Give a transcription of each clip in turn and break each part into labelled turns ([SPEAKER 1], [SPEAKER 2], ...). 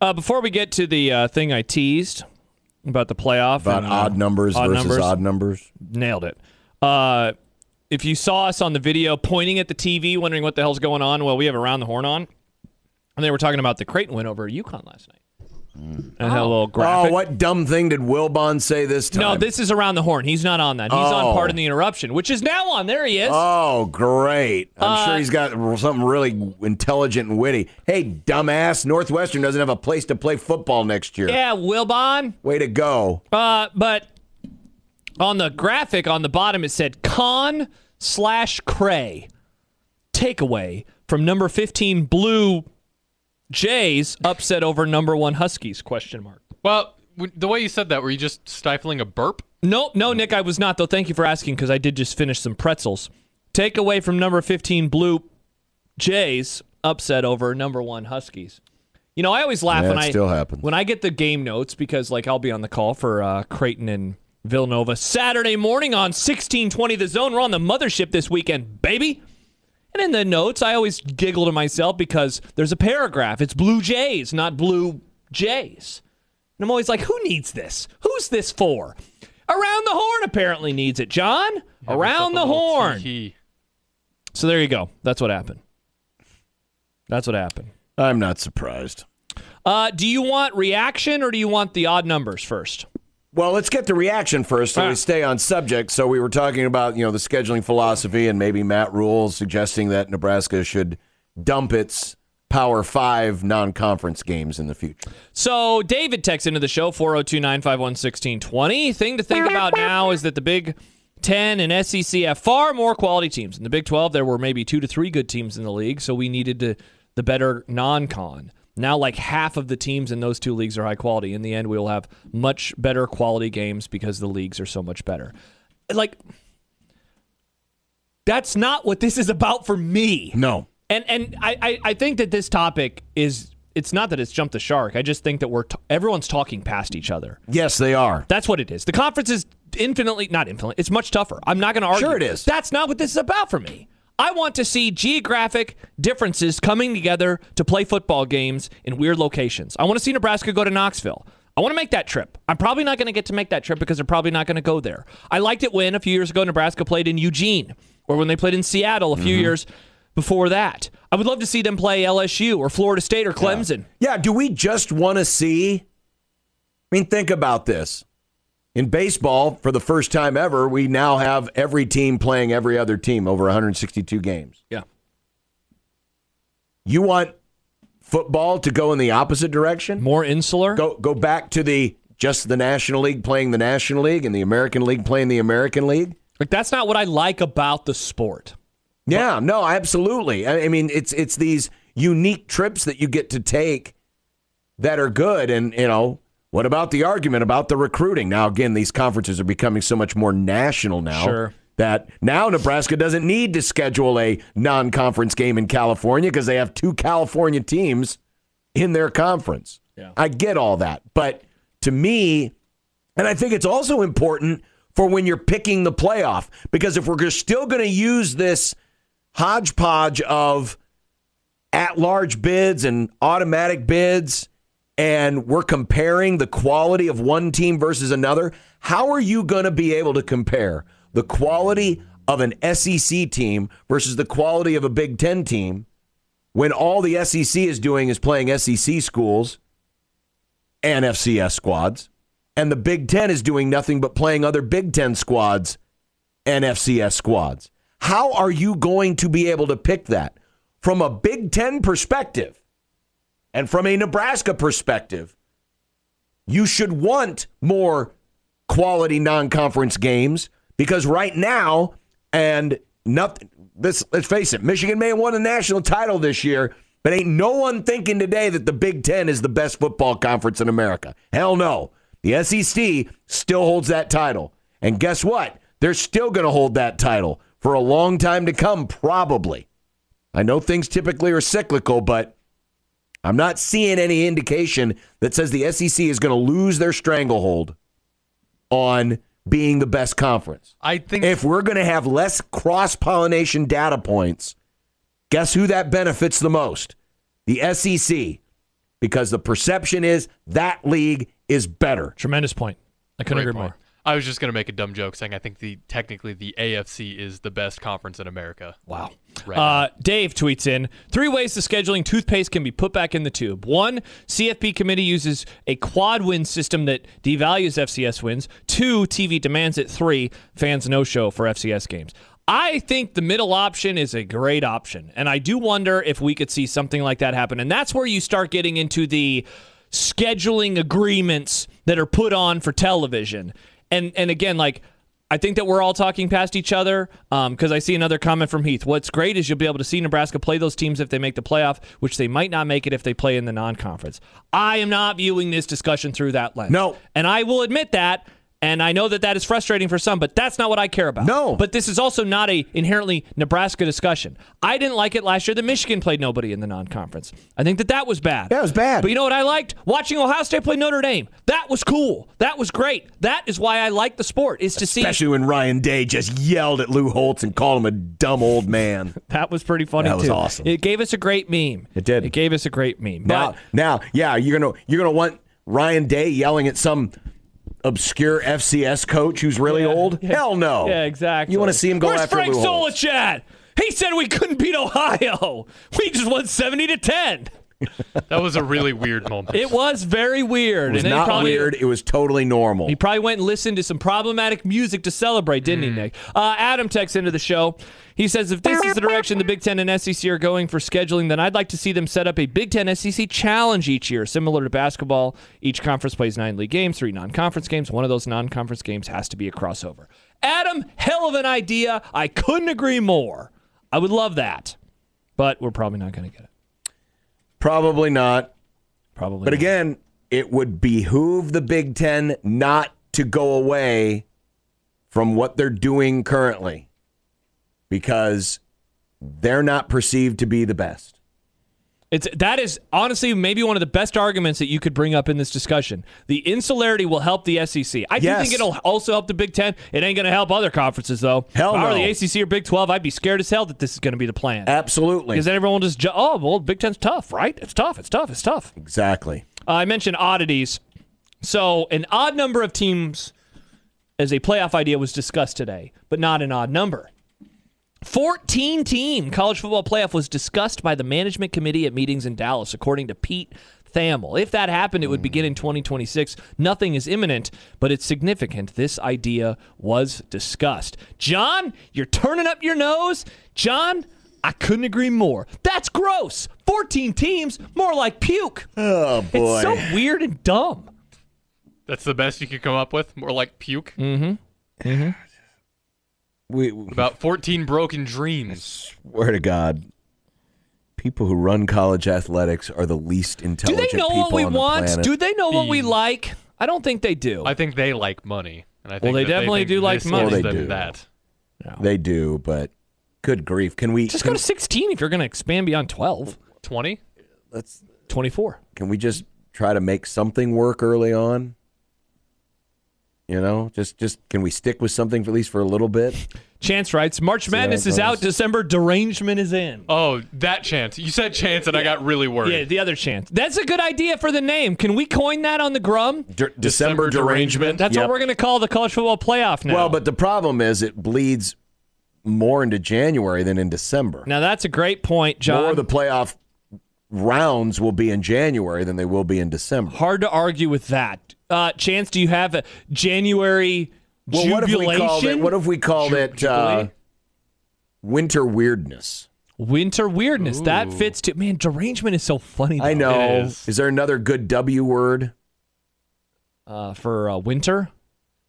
[SPEAKER 1] Uh, before we get to the uh, thing I teased about the playoff,
[SPEAKER 2] About
[SPEAKER 1] and, uh,
[SPEAKER 2] odd numbers
[SPEAKER 1] odd
[SPEAKER 2] versus
[SPEAKER 1] numbers.
[SPEAKER 2] odd numbers.
[SPEAKER 1] nailed it. Uh, if you saw us on the video pointing at the TV, wondering what the hell's going on, well, we have around the horn on, and they were talking about the Creighton win over UConn last night, and had a little graphic.
[SPEAKER 2] Oh, what dumb thing did Wilbon say this time?
[SPEAKER 1] No, this is around the horn. He's not on that. He's
[SPEAKER 2] Oh.
[SPEAKER 1] on part in the interruption, which is now on. There he is.
[SPEAKER 2] Oh, great. I'm
[SPEAKER 1] Uh,
[SPEAKER 2] sure he's got something really intelligent and witty. Hey, dumbass, Northwestern doesn't have a place to play football next year.
[SPEAKER 1] yeah, Wilbon.
[SPEAKER 2] Way to go.
[SPEAKER 1] Uh, but on the graphic on the bottom, it said con slash cray takeaway from number 15 blue Jays upset over number one Huskies question mark.
[SPEAKER 3] Well, w- the way you said that, were you just stifling a burp?
[SPEAKER 1] Nope, no, Nick, I was not though. Thank you for asking because I did just finish some pretzels. Takeaway from number 15 blue Jays upset over number one Huskies. You know, I always laugh
[SPEAKER 2] Yeah,
[SPEAKER 1] when
[SPEAKER 2] it
[SPEAKER 1] I
[SPEAKER 2] still happens.
[SPEAKER 1] when I get the game notes because like I'll be on the call for uh, Creighton and Villanova Saturday morning on 1620 The Zone. We're on the mothership this weekend, baby. And in the notes, I always giggle to myself because there's a paragraph. It's Blue Jays, not Blue Jays. And I'm always like, who needs this? Who's this for? Around the Horn apparently needs it, John. Around the Horn.
[SPEAKER 3] He.
[SPEAKER 1] So there you go. That's what happened. That's what happened.
[SPEAKER 2] I'm not surprised.
[SPEAKER 1] Uh, do you want reaction or do you want the odd numbers first?
[SPEAKER 2] Well, let's get the reaction first so
[SPEAKER 1] Ah.
[SPEAKER 2] we stay on subject. So we were talking about, you know, the scheduling philosophy and maybe Matt Rule suggesting that Nebraska should dump its Power 5 non-conference games in the future.
[SPEAKER 1] So David texts into the show 402-951-1620. Thing to think about now is that the Big 10 and SEC have far more quality teams. In the Big 12 there were maybe 2 to 3 good teams in the league, so we needed to, the better non-con. Now like half of the teams in those two leagues are high quality. In the end we will have much better quality games because the leagues are so much better. Like that's not what this is about for me.
[SPEAKER 2] No.
[SPEAKER 1] And and I, I, I think that this topic is it's not that it's jumped the shark. I just think that we're t- everyone's talking past each other.
[SPEAKER 2] Yes, they are.
[SPEAKER 1] That's what it is. The conference is infinitely not infinite. It's much tougher. I'm not going to argue.
[SPEAKER 2] Sure it is.
[SPEAKER 1] That's not what this is about for me. I want to see geographic differences coming together to play football games in weird locations. I want to see Nebraska go to Knoxville. I want to make that trip. I'm probably not going to get to make that trip because they're probably not going to go there. I liked it when a few years ago Nebraska played in Eugene or when they played in Seattle a few
[SPEAKER 2] Mm-hmm.
[SPEAKER 1] years before that. I would love to see them play LSU or Florida State or Clemson.
[SPEAKER 2] Yeah, do we just want to see? I mean, think about this. In baseball, for the first time ever, we now have every team playing every other team over 162 games.
[SPEAKER 1] Yeah.
[SPEAKER 2] You want football to go in the opposite direction?
[SPEAKER 1] More insular.
[SPEAKER 2] Go go back to the just the National League playing the National League and the American League playing the American League?
[SPEAKER 1] Like that's not what I like about the sport.
[SPEAKER 2] Yeah, no, absolutely. I, I mean, it's it's these unique trips that you get to take that are good. And you know, what about the argument about the recruiting? Now, again, these conferences are becoming so much more national now.
[SPEAKER 1] Sure.
[SPEAKER 2] That now Nebraska doesn't need to schedule a non-conference game in California because they have two California teams in their conference.
[SPEAKER 1] Yeah.
[SPEAKER 2] I get all that, but to me, and I think it's also important for when you're picking the playoff because if we're g- still going to use this hodgepodge of at large bids and automatic bids, and we're comparing the quality of one team versus another, how are you going to be able to compare the quality of an SEC team versus the quality of a Big Ten team when all the SEC is doing is playing SEC schools and FCS squads, and the Big Ten is doing nothing but playing other Big Ten squads and FCS squads. How are you going to be able to pick that? From a Big Ten perspective and from a Nebraska perspective, you should want more quality non-conference games because right now and nothing this let's face it michigan may have won a national title this year but ain't no one thinking today that the big ten is the best football conference in america hell no the sec still holds that title and guess what they're still going to hold that title for a long time to come probably i know things typically are cyclical but i'm not seeing any indication that says the sec is going to lose their stranglehold on being the best conference.
[SPEAKER 3] I think
[SPEAKER 2] If we're going to have less cross pollination data points, guess who that benefits the most? The SEC. E because the perception is that league is better.
[SPEAKER 1] Tremendous point. I couldn't
[SPEAKER 3] Great
[SPEAKER 1] agree
[SPEAKER 3] point.
[SPEAKER 1] more.
[SPEAKER 3] I was just gonna make a dumb joke saying I think the technically the AFC is the best conference in America.
[SPEAKER 1] Wow.
[SPEAKER 3] Oh, Right.
[SPEAKER 1] Uh, Dave tweets in three ways the scheduling toothpaste can be put back in the tube. One, CFP committee uses a quad win system that devalues FCS wins. Two, TV demands it. Three, fans no show for FCS games. I think the middle option is a great option. And I do wonder if we could see something like that happen. And that's where you start getting into the scheduling agreements that are put on for television. And and again, like I think that we're all talking past each other because I see another comment from Heath. What's great is you'll be able to see Nebraska play those teams if they make the playoff, which they might not make it if they play in the non-conference. I am not viewing this discussion through that lens.
[SPEAKER 2] No.
[SPEAKER 1] and I will admit that. And I know that that is frustrating for some, but that's not what I care about.
[SPEAKER 2] No.
[SPEAKER 1] But this is also not a inherently Nebraska discussion. I didn't like it last year that Michigan played nobody in the non-conference. I think that that was bad.
[SPEAKER 2] Yeah, it was bad.
[SPEAKER 1] But you know what I liked? Watching Ohio State play Notre Dame. That was cool. That was great. That is why I like the sport. Is to see
[SPEAKER 2] Especially when Ryan Day just yelled at Lou Holtz and called him a dumb old man.
[SPEAKER 1] That was pretty funny
[SPEAKER 2] That was
[SPEAKER 1] too.
[SPEAKER 2] awesome.
[SPEAKER 1] It gave us a great meme.
[SPEAKER 2] It did.
[SPEAKER 1] It gave us a great meme.
[SPEAKER 2] Now,
[SPEAKER 1] But
[SPEAKER 2] now, yeah, you're gonna you're gonna want Ryan Day yelling at some obscure FCS coach who's really old. Hell no.
[SPEAKER 1] yeah, exactly.
[SPEAKER 2] You want to see him go
[SPEAKER 1] Where's
[SPEAKER 2] after
[SPEAKER 1] Frank
[SPEAKER 2] Lou Holtz.
[SPEAKER 1] Solich at? He said we couldn't beat Ohio. We just won seventy to ten.
[SPEAKER 3] That was a really weird moment.
[SPEAKER 1] It was very weird.
[SPEAKER 2] It was
[SPEAKER 1] and they
[SPEAKER 2] not
[SPEAKER 1] probably,
[SPEAKER 2] weird. It was totally normal.
[SPEAKER 1] He probably went and listened to some problematic music to celebrate, didn't he, Nick? Uh, Adam texts into the show. He says, if this is the direction the Big Ten and SEC are going for scheduling, then I'd like to see them set up a Big Ten SEC challenge each year, similar to basketball. Each conference plays nine league games, three non conference games. One of those non conference games has to be a crossover. Adam, hell of an idea. I couldn't agree more. I would love that. But we're probably not going to get it.
[SPEAKER 2] probably not.
[SPEAKER 1] Probably.
[SPEAKER 2] But
[SPEAKER 1] not.
[SPEAKER 2] again, it would behoove the Big Ten not to go away from what they're doing currently because they're not perceived to be the best.
[SPEAKER 1] It's that is honestly maybe one of the best arguments that you could bring up in this discussion. The insularity will help the SEC. I
[SPEAKER 2] Yes.
[SPEAKER 1] do think it'll also help the Big Ten. It ain't going to help other conferences though.
[SPEAKER 2] Hell
[SPEAKER 1] if I were
[SPEAKER 2] no. Uh,
[SPEAKER 1] the ACC or Big Twelve, I'd be scared as hell that this is going to be the plan.
[SPEAKER 2] Absolutely.
[SPEAKER 1] Because then everyone will just ju- oh well, Big Ten's tough, right? It's tough. It's tough. It's tough.
[SPEAKER 2] Exactly.
[SPEAKER 1] Uh, I mentioned oddities. So an odd number of teams as a playoff idea was discussed today, but not an odd number. 14 team college football playoff was discussed by the management committee at meetings in Dallas, according to Pete Thamel. If that happened, it would begin in 2026. Nothing is imminent, but it's significant. This idea was discussed. John, you're turning up your nose. John, I couldn't agree more. That's gross. 14 teams, more like puke.
[SPEAKER 2] Oh
[SPEAKER 1] It's
[SPEAKER 2] boy.
[SPEAKER 1] so weird and dumb.
[SPEAKER 3] That's the best you could come up with. More like puke.
[SPEAKER 1] Mm.
[SPEAKER 2] we
[SPEAKER 3] About 14 broken dreams.
[SPEAKER 2] swear to God, people who run college athletics are the least
[SPEAKER 1] Do
[SPEAKER 2] intelligent
[SPEAKER 1] they know what
[SPEAKER 2] people
[SPEAKER 1] we
[SPEAKER 2] on the
[SPEAKER 1] want?
[SPEAKER 2] planet.
[SPEAKER 1] Do they know what we
[SPEAKER 3] Bees.
[SPEAKER 1] like? I don't think they do.
[SPEAKER 3] I think they like money. And I think
[SPEAKER 1] they
[SPEAKER 3] that
[SPEAKER 1] definitely
[SPEAKER 3] think
[SPEAKER 1] do like
[SPEAKER 3] this is
[SPEAKER 1] money.
[SPEAKER 2] Well, they
[SPEAKER 3] them
[SPEAKER 2] do.
[SPEAKER 3] That.
[SPEAKER 2] They do, but good grief! Can we
[SPEAKER 1] Just
[SPEAKER 2] can,
[SPEAKER 1] go to 16 if you're going to expand beyond 12.
[SPEAKER 3] 20?
[SPEAKER 2] let's
[SPEAKER 1] 24.
[SPEAKER 2] can we just try to make something work early on? You know, just just can we stick with something for at least for a little bit?
[SPEAKER 1] Chance writes March Madness is out, December derangement is in.
[SPEAKER 3] Oh, that chance. You said chance, and I got really worried.
[SPEAKER 1] Yeah, the other chance. That's a good idea for the name. Can we coin that on the grum?
[SPEAKER 2] December,
[SPEAKER 3] December derangement.
[SPEAKER 1] That's
[SPEAKER 2] Yep.
[SPEAKER 1] what we're going to call the college football playoff now.
[SPEAKER 2] Well, but the problem is it bleeds more into January than in December.
[SPEAKER 1] now that's a great point, John.
[SPEAKER 2] More of the playoff rounds will be in January than they will be in December.
[SPEAKER 1] Hard to argue with that. Uh, chance, do you have a January
[SPEAKER 2] Well, what if
[SPEAKER 1] jubilation?
[SPEAKER 2] we called it? What if we called it uh,
[SPEAKER 1] jubilee?
[SPEAKER 2] winter weirdness?
[SPEAKER 1] Winter weirdness. That fits too. Man, derangement is so funny. Though.
[SPEAKER 2] I know.
[SPEAKER 3] It
[SPEAKER 2] Is.
[SPEAKER 3] is.
[SPEAKER 2] there another good W word?
[SPEAKER 1] Uh, for uh, winter,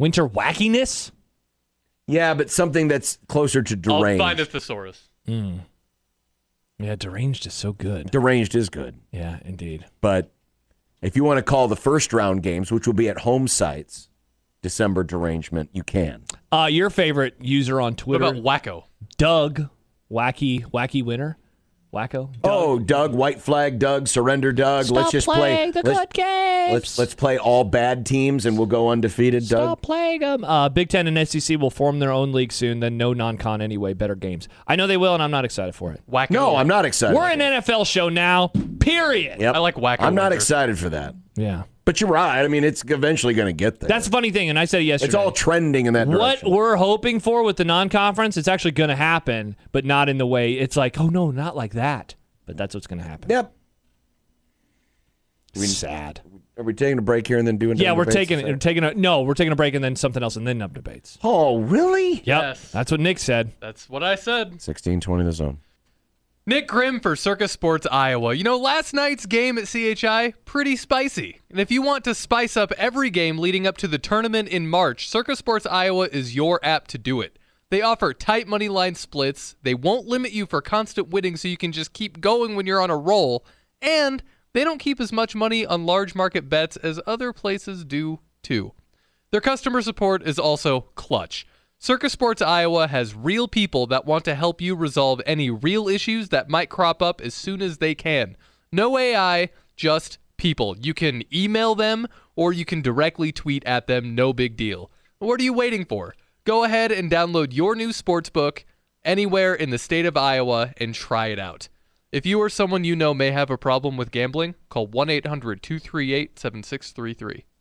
[SPEAKER 1] winter wackiness.
[SPEAKER 2] Yeah, but something that's closer to
[SPEAKER 3] I'll
[SPEAKER 2] deranged.
[SPEAKER 3] find a thesaurus.
[SPEAKER 1] Yeah, deranged is so good.
[SPEAKER 2] deranged is good,
[SPEAKER 1] Yeah, indeed.
[SPEAKER 2] but if you want to call the first round games, which will be at home sites, December derangement, you can.
[SPEAKER 1] Uh, your favorite user on
[SPEAKER 3] What
[SPEAKER 1] Twitter,
[SPEAKER 3] about wacko?
[SPEAKER 1] Doug Wacky Wacky Winner. Wacko.
[SPEAKER 2] Oh, Doug, white flag, Doug, surrender, Doug. let's just play. let's,
[SPEAKER 1] games.
[SPEAKER 2] let's let's play all bad teams and we'll go undefeated, Doug.
[SPEAKER 1] Stop playing them. Uh, Big Ten and SEC will form their own league soon. Then no non-con anyway. Better games. I know they will, and I'm not excited for it.
[SPEAKER 3] Wacko.
[SPEAKER 2] No, I'm not excited.
[SPEAKER 1] We're an NFL show now. Period.
[SPEAKER 2] Yep.
[SPEAKER 3] I like wacko
[SPEAKER 2] I'm not
[SPEAKER 3] winter.
[SPEAKER 2] excited for that.
[SPEAKER 1] Yeah.
[SPEAKER 2] But you're right. I mean, it's eventually going to get there.
[SPEAKER 1] That's a funny thing, and I said it yesterday.
[SPEAKER 2] it's all trending in that
[SPEAKER 1] what
[SPEAKER 2] direction.
[SPEAKER 1] we're hoping for with the non-conference. It's actually going to happen, but not in the way. It's like, oh no, not like that. But that's what's going to happen.
[SPEAKER 2] Yep.
[SPEAKER 1] Sad.
[SPEAKER 2] Are we taking a break here and then doing?
[SPEAKER 1] Yeah,
[SPEAKER 2] dumb
[SPEAKER 1] we're
[SPEAKER 2] debates?
[SPEAKER 1] taking we're taking a no, we're taking a break and then something else and then up debates.
[SPEAKER 2] Oh, really?
[SPEAKER 1] Yep.
[SPEAKER 3] Yes.
[SPEAKER 1] That's what Nick said.
[SPEAKER 3] That's what I said.
[SPEAKER 2] Sixteen twenty the zone.
[SPEAKER 3] Nick Grimm for Circus Sports Iowa. You know, last night's game at CHI, pretty spicy. And if you want to spice up every game leading up to the tournament in March, Circus Sports Iowa is your app to do it. They offer tight money line splits, they won't limit you for constant winning so you can just keep going when you're on a roll, and they don't keep as much money on large market bets as other places do too. Their customer support is also clutch. Circus Sports Iowa has real people that want to help you resolve any real issues that might crop up as soon as they can. No AI, just people. You can email them or you can directly tweet at them, no big deal. What are you waiting for? Go ahead and download your new sports book anywhere in the state of Iowa and try it out. If you or someone you know may have a problem with gambling, call 1 800 238 7633.